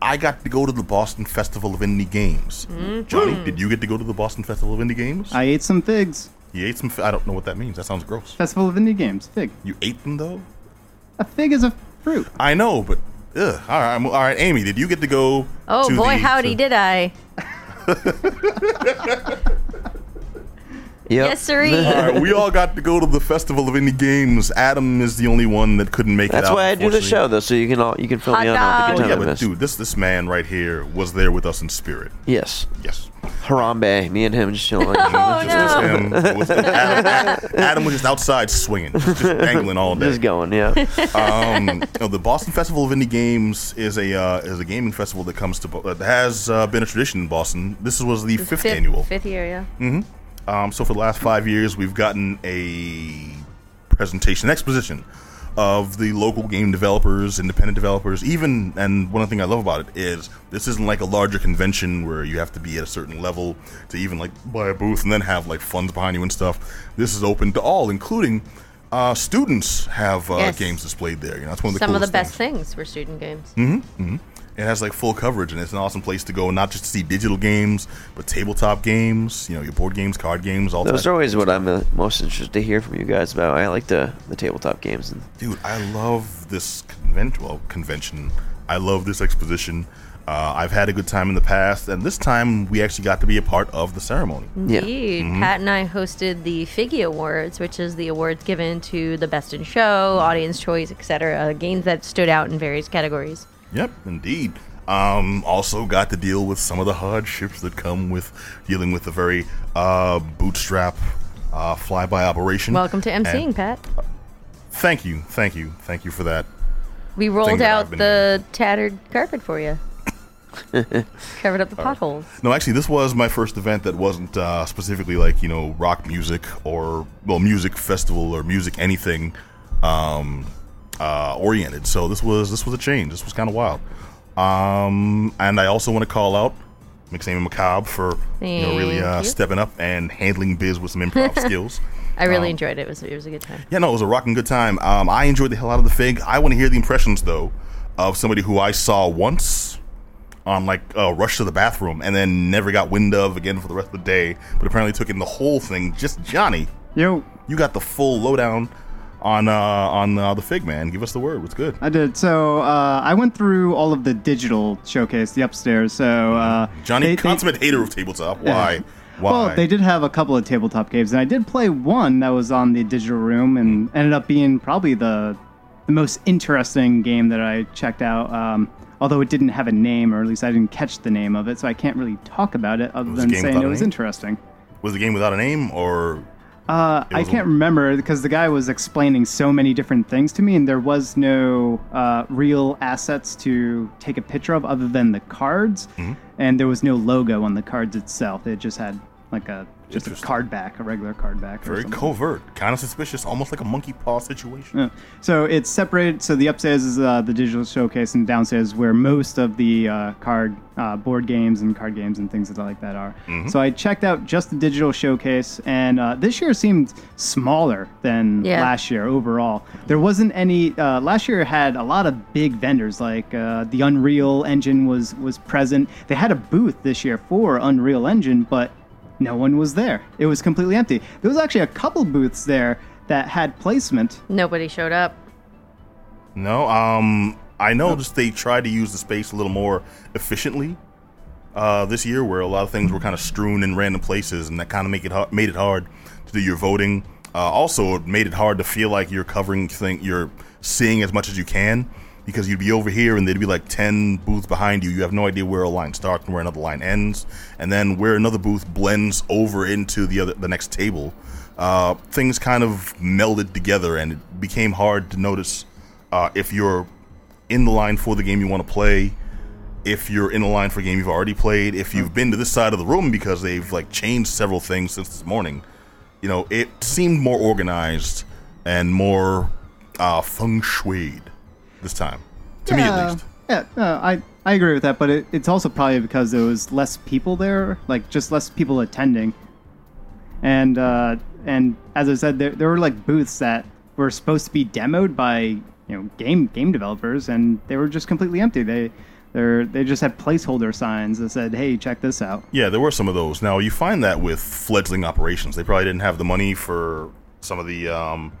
I got to go to the Boston Festival of Indie Games. Mm-hmm. Johnny, did you get to go to the Boston Festival of Indie Games? I ate some figs. you ate some. F- I don't know what that means. That sounds gross. Festival of Indie Games. Fig. You ate them though. A fig is a fruit. I know, but ugh. all right, I'm- all right. Amy, did you get to go? Oh to boy, the- howdy to- did I! Yep. Yes, sirree. The- All right, we all got to go to the Festival of Indie Games. Adam is the only one that couldn't make it. That's out, why I do the unfortunately. show though, so you can all you can fill Hot me in on dog. the Yeah, good time I but missed. dude, this this man right here was there with us in spirit. Yes, Yes. Harambe. Me and him just chilling. Oh, just, no. Him was- Adam, Adam was just outside swinging, just dangling all day. just going. Yeah. um, you know, the Boston Festival of Indie Games is a uh, is a gaming festival that comes to Bo- that has uh, been a tradition in Boston. This was the fifth, annual. Fifth year, yeah. Um, so for the last five years, we've gotten a presentation, exposition of the local game developers, independent developers. Even and one thing I love about it is this isn't like a larger convention where you have to be at a certain level to even like buy a booth and then have like funds behind you and stuff. This is open to all, including. Uh, students have uh, Yes. games displayed there. You know, that's one of the Some of the coolest best things. Mm-hmm. things were student games. It has like full coverage, and it's an awesome place to go, not just to see digital games, but tabletop games. You know, your board games, card games, all Those that. are always what I'm uh, most interested to hear from you guys about. I like the the tabletop games and Dude, I love this convent- well, convention. I love this exposition. Uh, I've had a good time in the past, and this time we actually got to be a part of the ceremony. Mm. Yeah. Indeed. Mm-hmm. Pat and I hosted the Figgy Awards, which is the awards given to the best in show, audience choice, etc. Games that stood out in various categories. Yep, indeed. Um, also got to deal with some of the hardships that come with dealing with a very uh, bootstrap uh, flyby operation. Welcome to And emceeing, Pat. Thank you, thank you, thank you for that. We rolled that I've out been the tattered carpet for you. Covered up the potholes. No, actually, this was my first event that wasn't uh, specifically like you know rock music or well music festival or music anything um, uh, oriented. So this was this was a change. This was kind of wild. Um, and I also want to call out McSamey McCobb for you know really Thank uh, you. stepping up and handling biz with some improv skills. I really Um, enjoyed it. It was, it was a good time. Yeah, no, it was a rocking good time. Um, I enjoyed the hell out of the fig. I want to hear the impressions though of somebody who I saw once on like a rush to the bathroom and then never got wind of again for the rest of the day, but apparently took in the whole thing. Just Johnny, Yo, you got the full lowdown on uh, on uh, the fig man. Give us the word. What's good? I did. So uh, I went through all of the digital showcase, the upstairs. So uh, Johnny, they- they- consummate hater of tabletop. Why? Why? Well, they did have a couple of tabletop games, and I did play one that was on the digital room, and ended up being probably the the most interesting game that I checked out. Um, although it didn't have a name, or at least I didn't catch the name of it, so I can't really talk about it other was a than game saying without it a was name? interesting. Was the game without a name or? Uh, I was a- can't remember because the guy was explaining so many different things to me, and there was no uh, real assets to take a picture of other than the cards, Mm-hmm. and there was no logo on the cards itself. It just had like a just a Interesting. card back, a regular card back. or Very something. covert, kind of suspicious, almost like a monkey paw situation. Yeah. So it's separated. So the upstairs is uh, the digital showcase, and downstairs is where most of the uh, card uh, board games and card games and things like that are. So I checked out just the digital showcase, and uh, this year seemed smaller than Yeah. last year overall. There wasn't any. Uh, last year had a lot of big vendors, like uh, the Unreal Engine was was present. They had a booth this year for Unreal Engine, but no one was there. It was completely empty. There was actually a couple booths there that had placement Nobody showed up. No, um, I noticed they tried to use the space a little more efficiently uh, this year, where a lot of things were kind of strewn in random places, and that kind of make it har- made it hard to do your voting. Uh, also, it made it hard to feel like you're covering thing, you're seeing as much as you can, because you'd be over here and there'd be like ten booths behind you. You have no idea where a line starts and where another line ends, and then where another booth blends over into the other the next table. Uh, things kind of melded together, and it became hard to notice uh, if you're in the line for the game you want to play, if you're in the line for a game you've already played, if you've been to this side of the room because they've like changed several things since this morning. You know, it seemed more organized and more uh, feng shuied this time, to me at least. Yeah, no, I I agree with that, but it, it's also probably because there was less people there, like just less people attending, and uh, and as I said, there there were like booths that were supposed to be demoed by you know game game developers, and they were just completely empty. They They're, they just had placeholder signs that said, hey, check this out. Yeah, there were some of those. Now you find that with fledgling operations, they probably didn't have the money for some of the um,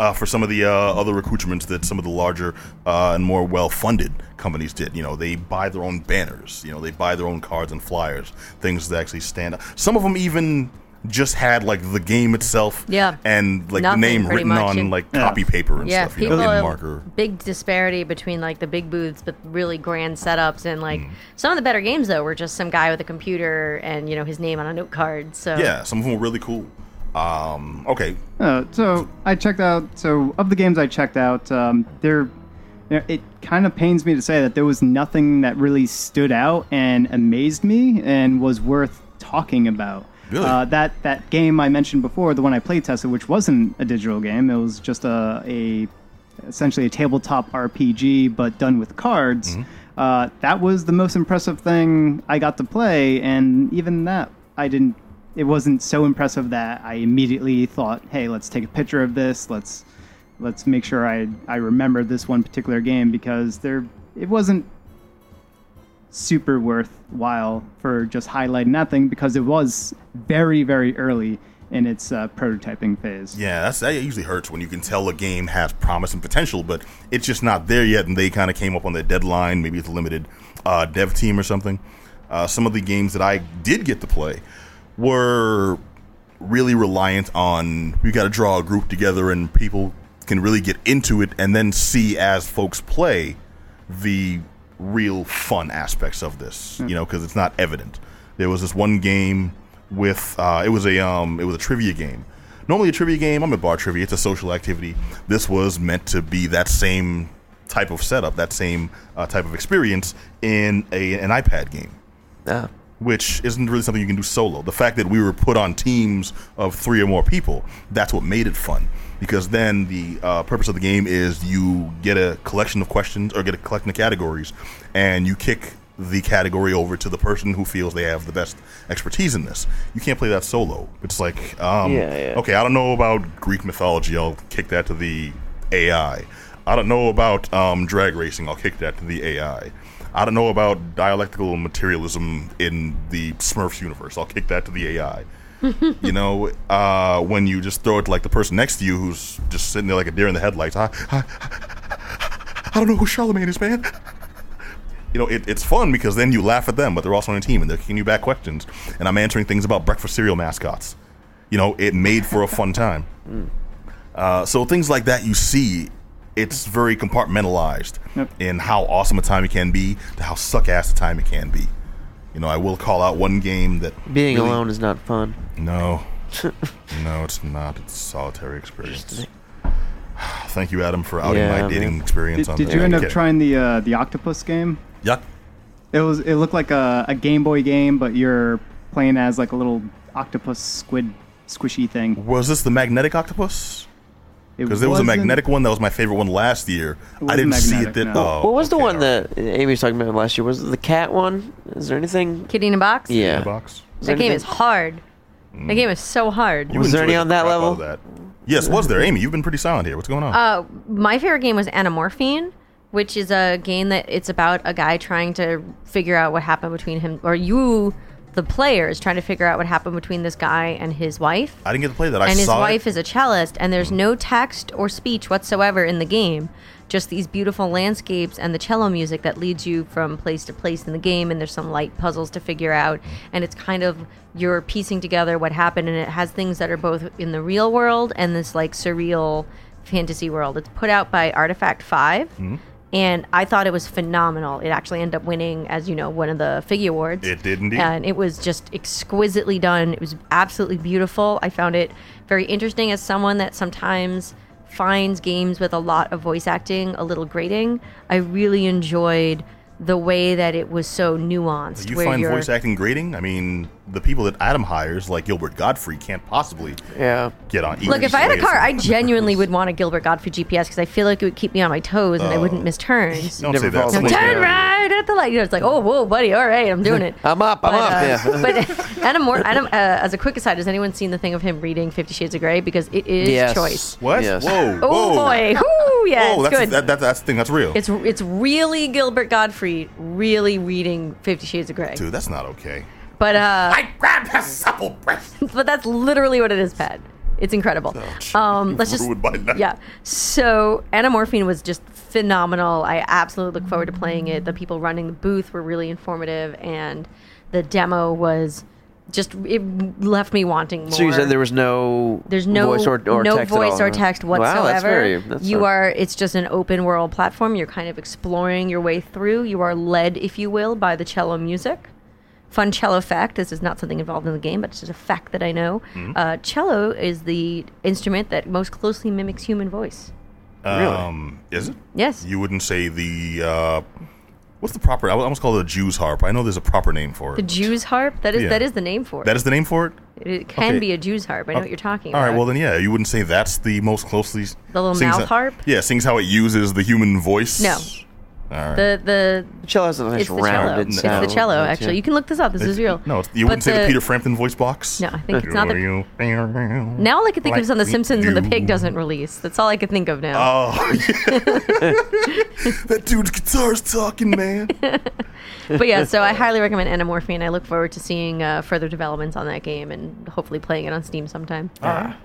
uh, for some of the uh, other accoutrements that some of the larger uh, and more well-funded companies did. You know, they buy their own banners. You know, they buy their own cards and flyers, things that actually stand out. Some of them even just had like the game itself, Yeah. and like Nothing, the name pretty written much. on like Yeah. copy paper and yeah, stuff. You people know, in are- marker. big disparity between like the big booths, but really grand setups, and Mm. like some of the better games though were just some guy with a computer and you know his name on a note card. So Yeah, some of them were really cool. Um, okay, Uh, so I checked out. So of the games I checked out, um, there, there- it kind of pains me to say that there was nothing that really stood out and amazed me and was worth talking about. Really? Uh, that that game I mentioned before, the one I play tested, which wasn't a digital game, it was just a, a essentially a tabletop RPG, but done with cards. Uh, that was the most impressive thing I got to play, and even that I didn't. It wasn't so impressive that I immediately thought, "Hey, let's take a picture of this. Let's let's make sure I I remember this one particular game because there it wasn't super worthwhile for just highlighting that thing because it was very very early in its uh, prototyping phase. Yeah, that's, that usually hurts when you can tell a game has promise and potential, but it's just not there yet, and they kind of came up on their deadline. Maybe it's a limited uh, dev team or something. Uh, some of the games that I did get to play were really reliant on we got to draw a group together, and people can really get into it, and then see as folks play the real fun aspects of this, you know, because it's not evident. There was this one game with uh, it was a um, it was a trivia game. Normally a trivia game, I'm at bar trivia. It's a social activity. This was meant to be that same type of setup, that same uh, type of experience in a an iPad game Ah, which isn't really something you can do solo. The fact that we were put on teams of three or more people, that's what made it fun. Because then the uh, purpose of the game is you get a collection of questions or get a collection of categories, and you kick the category over to the person who feels they have the best expertise in this. You can't play that solo. It's like, um, Yeah, yeah. okay, I don't know about Greek mythology. I'll kick that to the AI. I don't know about um, drag racing. I'll kick that to the AI. I don't know about dialectical materialism in the Smurfs universe. I'll kick that to the AI. you know, uh, when you just throw it to like the person next to you who's just sitting there like a deer in the headlights. I, I, I don't know who Charlemagne is, man you know, it, it's fun because then you laugh at them, but they're also on a team and they're kicking you back questions. And I'm answering things about breakfast cereal mascots. You know, it made for a fun time. Uh, so things like that you see, it's very compartmentalized Yep. in how awesome a time it can be to how suck ass a time it can be. You know, I will call out one game that being really- alone is not fun. No, no, it's not. It's a solitary experience. Thank you, Adam, for outing Yeah, my dating man. experience. Did, on did the you end up okay. trying the uh, the octopus game? Yuck. It was. It looked like a, a Game Boy game, but you're playing as like a little octopus squid squishy thing. Was this the magnetic octopus? Because there was a wasn't- magnetic one that was my favorite one last year. I wasn't didn't see it. That, magnetic, no. oh, what was the okay, one all right. that Amy was talking about last year? Was it the cat one? Is there anything? Kitty in a Box. Yeah. The box? Is that there game anything- is hard. That game is so hard. Mm. You Was there enjoyed any on the that crap out of level? that. Yes, was there? Amy, you've been pretty silent here. What's going on? Uh, my favorite game was Anamorphine, which is a game that it's about a guy trying to figure out what happened between him or you, the player, is trying to figure out what happened between this guy and his wife. I didn't get to play that. I and his saw wife it. is a cellist, and there's no text or speech whatsoever in the game. Just these beautiful landscapes and the cello music that leads you from place to place in the game, and there's some light puzzles to figure out. And it's kind of you're piecing together what happened, and it has things that are both in the real world and this like surreal fantasy world. It's put out by Artifact 5 Mm-hmm. and I thought it was phenomenal. It actually ended up winning, as you know, one of the Figgy Awards. It did indeed. And it was just exquisitely done. It was absolutely beautiful. I found it very interesting as someone that sometimes finds games with a lot of voice acting a little grating. I really enjoyed the way that it was so nuanced. Do you where find you're, voice acting grating? I mean, the people that Adam hires, like Gilbert Godfrey, can't possibly Yeah. get on. Look, either if I had a way. car, I genuinely would want a Gilbert Godfrey GPS because I feel like it would keep me on my toes and I wouldn't miss turns. Don't Never say that. follows Someone's the gonna- Turn right looking at the light. You know, it's like, oh, whoa, buddy, all right, I'm doing it. I'm up, I'm up, uh, yeah. um, but Adam, Mor- Adam uh, as a quick aside, has anyone seen the thing of him reading Fifty Shades of Grey? Because it is Yes. choice. What? Yes. Whoa. Oh whoa. boy, Ooh, Whoa, yeah, it's that's, good. That, that, that's the thing. That's real. it's it's really Gilbert Gottfried really reading Fifty Shades of Grey. Dude, that's not okay. But uh, I grabbed her supple breast. but that's literally what it is, Pat. It's incredible. Oh, jeez. um, let's just Ruined by that. yeah. So Anamorphine was just phenomenal. I absolutely look forward to playing it. The people running the booth were really informative, and the demo was just it left me wanting more. So you said there was no There's no voice or, or no text at voice all, or huh? text whatsoever. Wow, that's very, that's you not- are it's just an open world platform. You're kind of exploring your way through. You are led, if you will, by the cello music. Fun cello fact: This is not something involved in the game, but it's just a fact that I know. Mm-hmm. Uh, cello is the instrument that most closely mimics human voice. Really? Um, is it? Yes, You wouldn't say the uh, what's the proper? I would almost call it a Jew's harp. I know there's a proper name for the it. Jew's harp. That is Yeah. that is the name for it. that is the name for it. it can okay. be a Jew's harp. I know what you're talking All about. right. Well, then, yeah, you wouldn't say that's the most closely The little sings mouth that- harp? Yeah, sings how it uses the human voice. No. All right. the the The cello has a nice it's the cello. rounded It's sound. the cello. Yeah. Actually, you can look this up. This is real. No, it's- you But wouldn't say the Peter Frampton voice box. No, I think it's not the- You- Now all I can think of is on The Like Simpsons when the you. pig doesn't release. That's all I can think of now. Oh, that dude's guitar's talking, man. but yeah, so I highly recommend Anamorphine. I look forward to seeing uh, further developments on that game and hopefully playing it on Steam sometime. All right.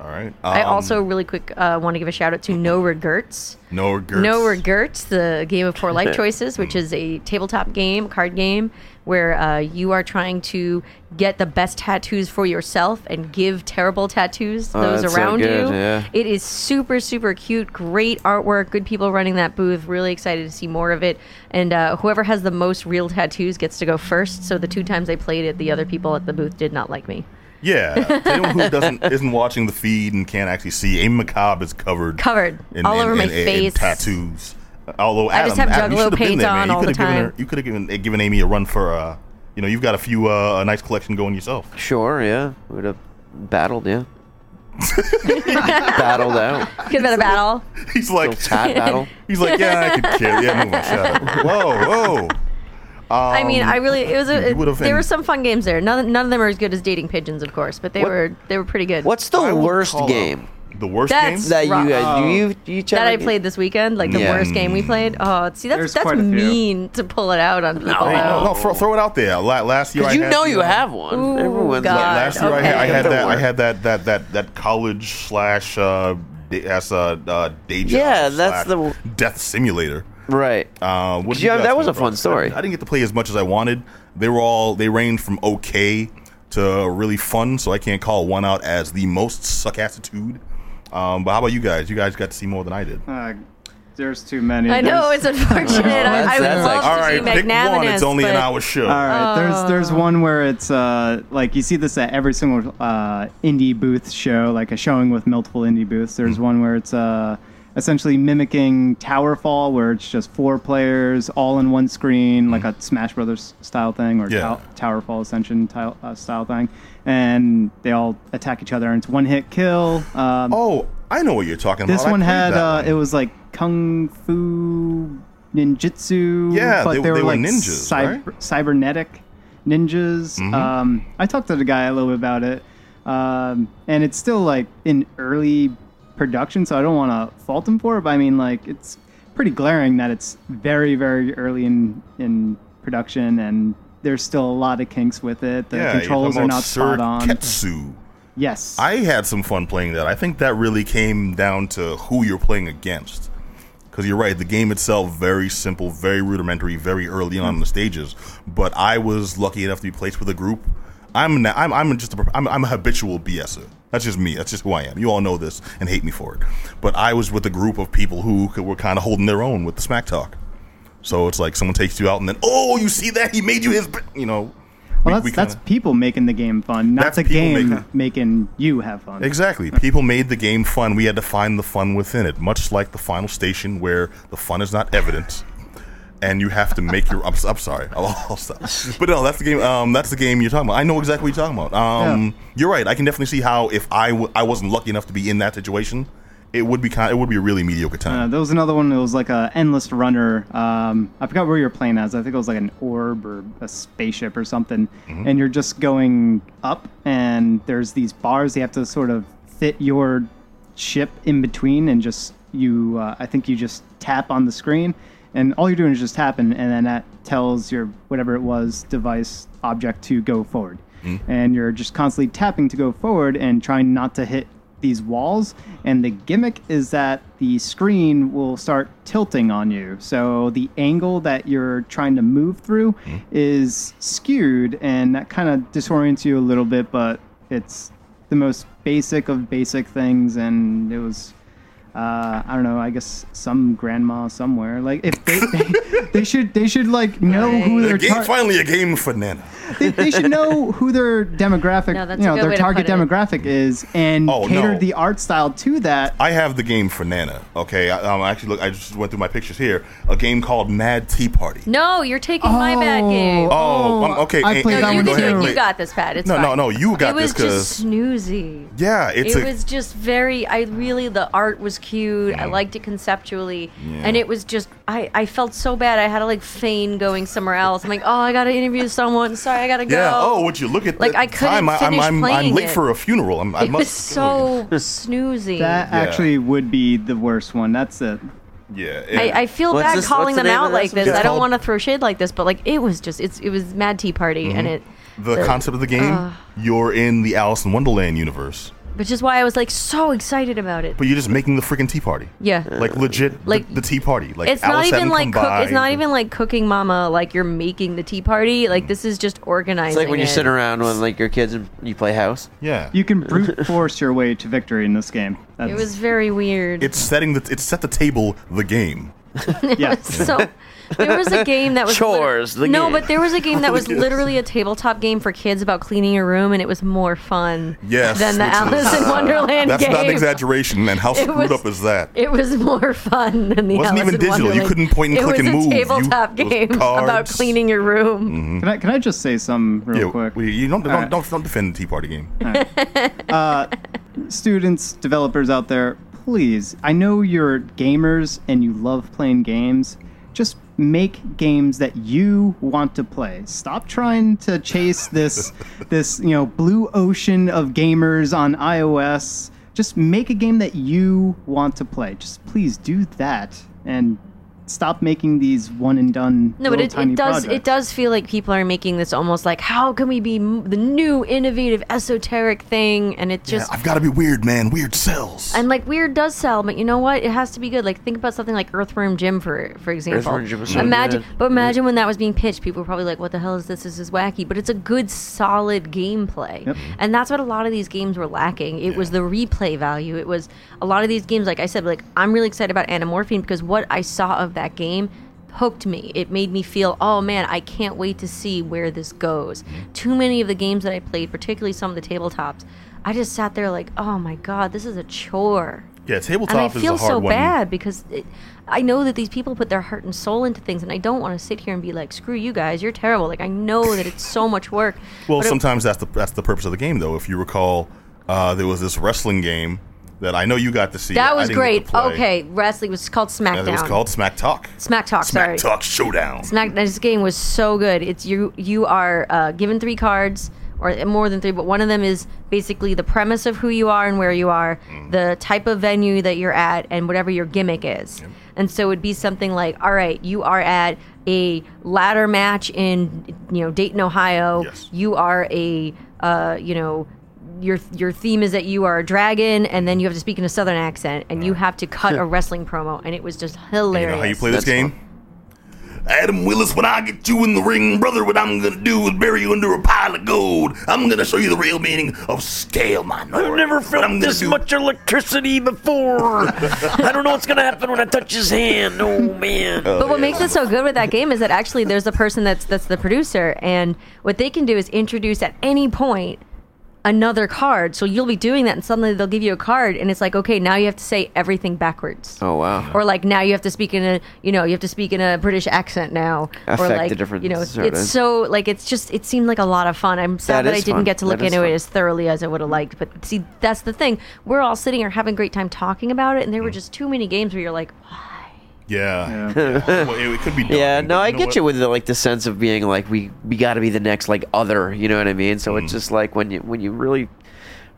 I Ah. Um, also really quick uh, want to give a shout out to No Regrets. no regrets. No Regrets, the game of poor life choices, which is a tabletop game, card game, where uh, you are trying to get the best tattoos for yourself and give terrible tattoos to Oh, those that sounds around good, you. yeah. It is super, super cute. Great artwork. Good people running that booth. Really excited to see more of it. And uh, whoever has the most real tattoos gets to go first. So the two times I played it, the other people at the booth did not like me. Yeah. To anyone who doesn't isn't watching the feed and can't actually see, Aim Macabre is covered. Covered all over my in face. tattoos. Although Adam, just have Adam, you Juggalo should have been paint there, man. on You all the could have given time. her, you could have given eh, given Amy a run for uh, you know, you've got a few uh, a nice collection going yourself. Sure, yeah. We would have battled, yeah. battled out. Could have been a battle. He's like, Little tat battle. he's like, yeah, I could care. Yeah, move on. Shut up. Whoa, Um, whoa. I mean, I really it was. A, you would've there been- were some fun games there. None, none of them are as good as Dating Pigeons, of course, but they What- were they were pretty good. What's the I would worst call out game The worst That's- game. that you Rock- guys, do you you check that I it? played this weekend? Like the Yeah. worst game Mm. we played. Oh, see, that's There's that's quite a few. mean to pull it out on people. Hey, no, though. no, throw, throw it out there. La- Last year, I Oh. you had know the, you uh, have one. Ooh, Everyone's God. like, Last year, I Okay. had, I had Don't that. I worry. had that that that that college slash uh, day, as a uh, day job. Yeah, that's slash the- death simulator. Right. Uh, what did Yeah, you guys that was come a fun across? story. I, I didn't get to play as much as I wanted. They were all they ranged from okay to really fun, so I can't call one out as the most suckassitude. Um, but how about you guys? You guys got to see more than I did. Uh, there's too many. I know There's- it's unfortunate. that's- I, I would that's love like- to all right, be pick one. magnanimous. It's only an but- hour show. All right, there's there's one where it's uh like you see this at every single uh, indie booth show, like a showing with multiple indie booths. There's one where it's uh essentially mimicking Tower Fall, where it's just four players all in one screen, like a Smash Brothers style thing, or Yeah. Tow- Tower Fall Ascension tile, uh, style thing, and they all attack each other, and it's one hit kill. Um, Oh, I know what you're talking about. this I one played had that uh, one. it was like kung fu ninjutsu. Yeah, but they- they, they were were like ninjas, cyber, right? Mm-hmm. cybernetic ninjas. Um, I talked to the guy a little bit about it, um, and it's still like in early production, so I don't want to fault him for it. But I mean, like it's pretty glaring that it's very, very early in in production and. There's still a lot of kinks with it. The yeah, you're controls talking are about not spot on. Surketsu. Yes. I had some fun playing that. I think that really came down to who you're playing against. Because you're right, the game itself very simple, very rudimentary, very early on in the stages. But I was lucky enough to be placed with a group. I'm na I'm I'm just a, I'm, I'm a habitual BSer. That's just me. That's just who I am. You all know this and hate me for it. But I was with a group of people who could, were kind of holding their own with the smack talk. So it's like someone takes you out and then oh, you see that he made you his, b-" you know. Well, that's, we- we that's kinda- people making the game fun, not That's the people game making- making, you have fun. Exactly. People made the game fun. We had to find the fun within it, much like the final station where the fun is not evident. And you have to make your. I'm, s- I'm sorry. I'll, I'll stop. But no, that's the game. Um, that's the game you're talking about. I know exactly what you're talking about. Um, You're right. I can definitely see how if I w- I wasn't lucky enough to be in that situation, it would be kind. It would be a really mediocre Uh, time. there was another one that was like a endless runner. Um, I forgot where you're playing as. I think it was like an orb or a spaceship or something. And you're just going up, and there's these bars you have to sort of fit your ship in between, and just you. Uh, I think you just tap on the screen, and all you're doing is just tapping, and then that tells your whatever it was device object to go forward. And you're just constantly tapping to go forward and trying not to hit these walls and the gimmick is that the screen will start tilting on you so the angle that you're trying to move through is skewed and that kind of disorients you a little bit but it's the most basic of basic things and it was uh, I don't know. I guess some grandma somewhere. Like if they, they, they should, they should like know who Right. The they're. game, tar- finally, a game for Nana. they, they should know who their demographic, No, that's you a know, good their way to target put it. demographic is, and Oh, cater no. the art style to that. I have the game for Nana. Okay, I, um, actually, look, I just went through my pictures here. A game called Mad Tea Party. No, you're taking my bad Oh. game. Oh, um, okay. I and- played and that no, you, one go can do ahead, too. it. play- you got this, Pat. It's No, fine. no, no, you got it this was 'cause- just snoozy. Yeah, it's it a was just very. I really the art was cute. I liked it conceptually, and Mm-hmm. Yeah. it was just. I I felt so bad. I had to like feign going somewhere else. I'm like, oh, I gotta interview someone. Sorry, I gotta go. yeah. Oh, would you look at Like, the I couldn't time? I, am finish I'm, I'm playing late it. for a funeral. I'm, I It must. was so snoozy. That Yeah. actually would be the worst one. That's it. Yeah. I, I feel What's bad this- calling what's the them name of out that like this. subject? I don't It's want to throw shade like this, but like it was just it's it was Mad Tea Party, Mm-hmm. and it the concept of the game, you're in the Alice in Wonderland universe, which is why I was like so excited about it. but you're just making the freaking tea party. Yeah. Like legit, like Like- the, tea party. Like it's Alice not even hadn't like come cook, by. it's not even like cooking mama like you're making the tea party like this is just organizing It's like when you it. sit around with like your kids and you play house. Yeah. You can brute force your way to victory in this game. That's, it was very weird it's setting the. It's set the table. The game. yes. so there was a game that was Chores, the no game. but there was a game that was literally a tabletop game for kids about cleaning your room and it was more fun Yes, than the which alice is- in wonderland That's game not an exaggeration. And how screwed was- up is that? it was more fun than the Wasn't Alice even in digital. You Wonderland. couldn't point and it click was and a move. You- tabletop it was game about cards. Mm-hmm. cleaning your room Can I can I just say some real Yeah, quick? we- you don't don't, Alright. don't don't defend the tea party game. Students, developers out there, please. I know you're gamers and you love playing games. Just make games that you want to play. Stop trying to chase this this, you know, blue ocean of gamers on iOS. Just make a game that you want to play. Just please do that and stop making these one and done No, but little it, tiny it does. projects. It does feel like people are making this almost like, how can we be m- the new innovative esoteric thing? And it Yeah, just I've got to be weird, man. Weird cells. and like weird does sell, but you know what? It has to be good. Like think about something like Earthworm Jim for for example. Earthworm Jim was so imagine, good. but imagine when that was being pitched, people were probably like, "What the hell is this? This is wacky." But it's a good, solid gameplay, Yep. and that's what a lot of these games were lacking. It was the replay value. It was a lot of these games. Like I said, like I'm really excited about Anamorphine because what I saw of that game hooked me. It made me feel, oh man, I can't wait to see where this goes. Mm-hmm. Too many of the games that I played, particularly some of the tabletops, I just sat there like, oh my god, this is a chore. yeah, tabletop And I is a feel hard so one. bad because it, I know that these people put their heart and soul into things, and I don't want to sit here and be like, "Screw you guys, you're terrible." Like I know that it's so much work. Well, but it- sometimes that's the that's the purpose of the game, though. If you recall, uh, there was this wrestling game that I know you got to see. I that was didn't get to great. play. Okay, wrestling was called And SmackDown. it was called Smack Talk. Smack Talk. sorry. Smack Talk Showdown. Smack. This game was so good. It's you. You are uh, given three cards, or more than three, but one of them is basically the premise of who you are and where you are, Mm. the type of venue that you're at, and whatever your gimmick is. And so it'd be something like, all right, you are at a ladder match in you know Dayton, Ohio. Yes. You are a uh, you know. Your, your theme is that you are a dragon, and then you have to speak in a southern accent, and you have to cut a wrestling promo, and it was just You hilarious. know how you play this That's game? Adam Willis, when I get you in the ring, brother, what I'm gonna do is bury you under a pile of gold. I'm gonna show you the real meaning of scale, my lord. I've never What I'm felt gonna this do- much electricity before. I don't know what's gonna happen when I touch his hand. Oh man. But what makes it so good with that game is that actually there's a person that's that's the producer, and what they can do is introduce at any point another card. So you'll be doing that, and suddenly they'll give you a card, and it's like, okay, now you have to say everything backwards. Oh wow. Or like now you have to speak in a you know you have to speak in a British accent now, Affect or the like different you know it's, sort it's of- so like it's just it seemed like a lot of fun. I'm sad That that, I is didn't fun. get to look That is into it fun. as thoroughly as I would have liked. But see, that's the thing. We're all sitting here having a great time talking about it, and Hmm. there were just too many games where you're like, Yeah. Yeah. Well, it, it could be. yeah, daunting, no, but I know get what? you with like the sense of being like we we got to be the next like other, you know what I mean? So Mm. it's just like when you when you really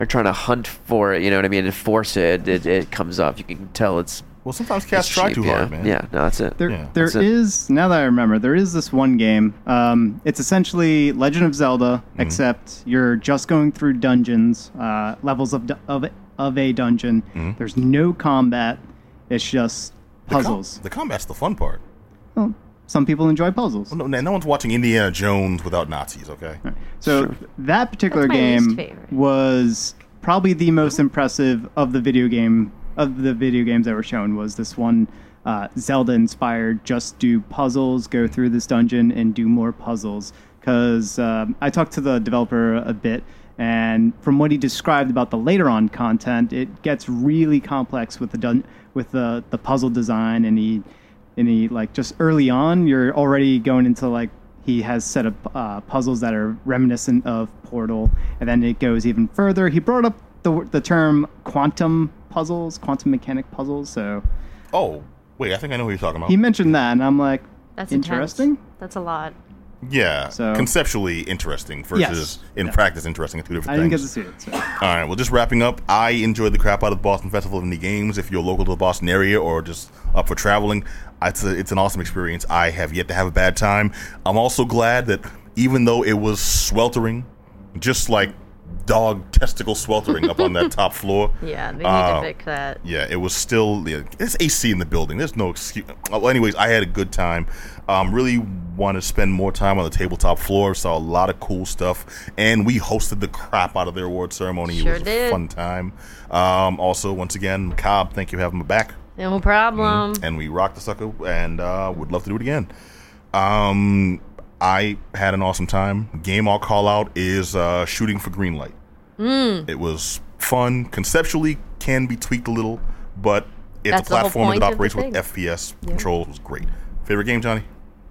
are trying to hunt for it, you know what I mean, and force it, it, it comes off. You can tell it's Well, sometimes cats it's try cheap, too yeah. hard, man. Yeah, no, that's it. There, Yeah. there That's it. is now that I remember, there is this one game. Um, it's essentially Legend of Zelda, except you're just going through dungeons, uh, levels of du- of of a dungeon. There's no combat. It's just Com- puzzles. the combat's the fun part. Well, some people enjoy puzzles. Well, no, no one's watching Indiana Jones without Nazis, okay? So that particular That's my least game favorite. was probably the most impressive of the video game of the video games that were shown. Was this one uh, Zelda inspired? Just do puzzles, go through this dungeon and do more puzzles. Because um, I talked to the developer a bit, and from what he described about the later on content, it gets really complex with the dun- with the the puzzle design, and he and he like just early on you're already going into like he has set up uh, puzzles that are reminiscent of Portal, and then it goes even further. He brought up the the term quantum puzzles, quantum mechanic puzzles. So Oh, wait, I think I know who you're talking about. he mentioned that, and I'm like, that's intense. interesting. That's a lot. yeah, So- conceptually interesting versus in practice interesting. Two different I didn't get things. to see it. So. All right, well, just wrapping up, I enjoyed the crap out of the Boston Festival of Indie Games. If you're local to the Boston area or just up for traveling, it's, a, it's an awesome experience. I have yet to have a bad time. I'm also glad that even though it was sweltering, just like dog testicle sweltering up on that top floor. Yeah, they need uh, to fix that. yeah, it was still yeah, it's AC in the building. There's no excuse. uh, Well, anyways, I had a good time. Um, really want to spend more time on the tabletop floor. Saw a lot of cool stuff, and we hosted the crap out of their award ceremony. Sure it was a did. fun time. Um, also, once again, Cobb, thank you for having me back, No problem. and we rocked the sucker, and uh, would love to do it again. Um, I had an awesome time. Game I'll call out is uh, shooting for green light. Mm. It was fun. Conceptually, can be tweaked a little, but it's That's a the whole platform that point of the operates with thing. FPS controls. It was great. Favorite game, Johnny?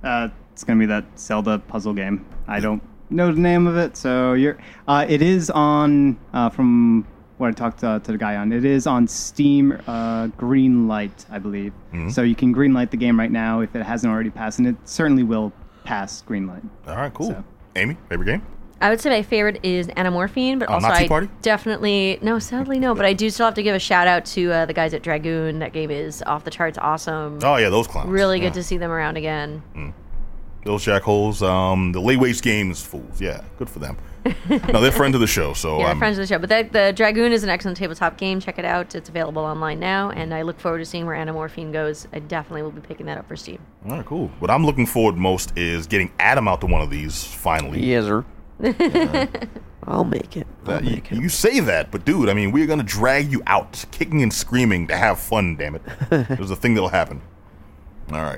Uh, it's gonna be that Zelda puzzle game. I don't know the name of it, so you're. Uh, it is on uh, from what I talked uh, to, to the guy on. It is on Steam uh, Green Light, I believe. So you can green light the game right now if it hasn't already passed, and it certainly will pass green light. All right, cool. So- Amy, favorite game? I would say my favorite is Anamorphine, but Oh, also Nazi I Party? definitely no, sadly no, but I do still have to give a shout out to uh, the guys at Dragoon. That game is off the charts, awesome. Oh yeah, those clowns. really Yeah. good to see them around again. Those jackholes. Um, the late waste games, fools. Yeah, good for them. no, they're friends of the show, so Yeah, um, friends of the show. But that, the Dragoon is an excellent tabletop game. Check it out. It's available online now, and I look forward to seeing where Anamorphine goes. I definitely will be picking that up for Steam. all right, cool. What I'm looking forward most is getting Adam out to one of these finally. Yes, sir. I'll make it. I'll That- you, make it. you say that, but dude, I mean, we're gonna drag you out, kicking and screaming to have fun. Damn it, there's a thing that'll happen. All right.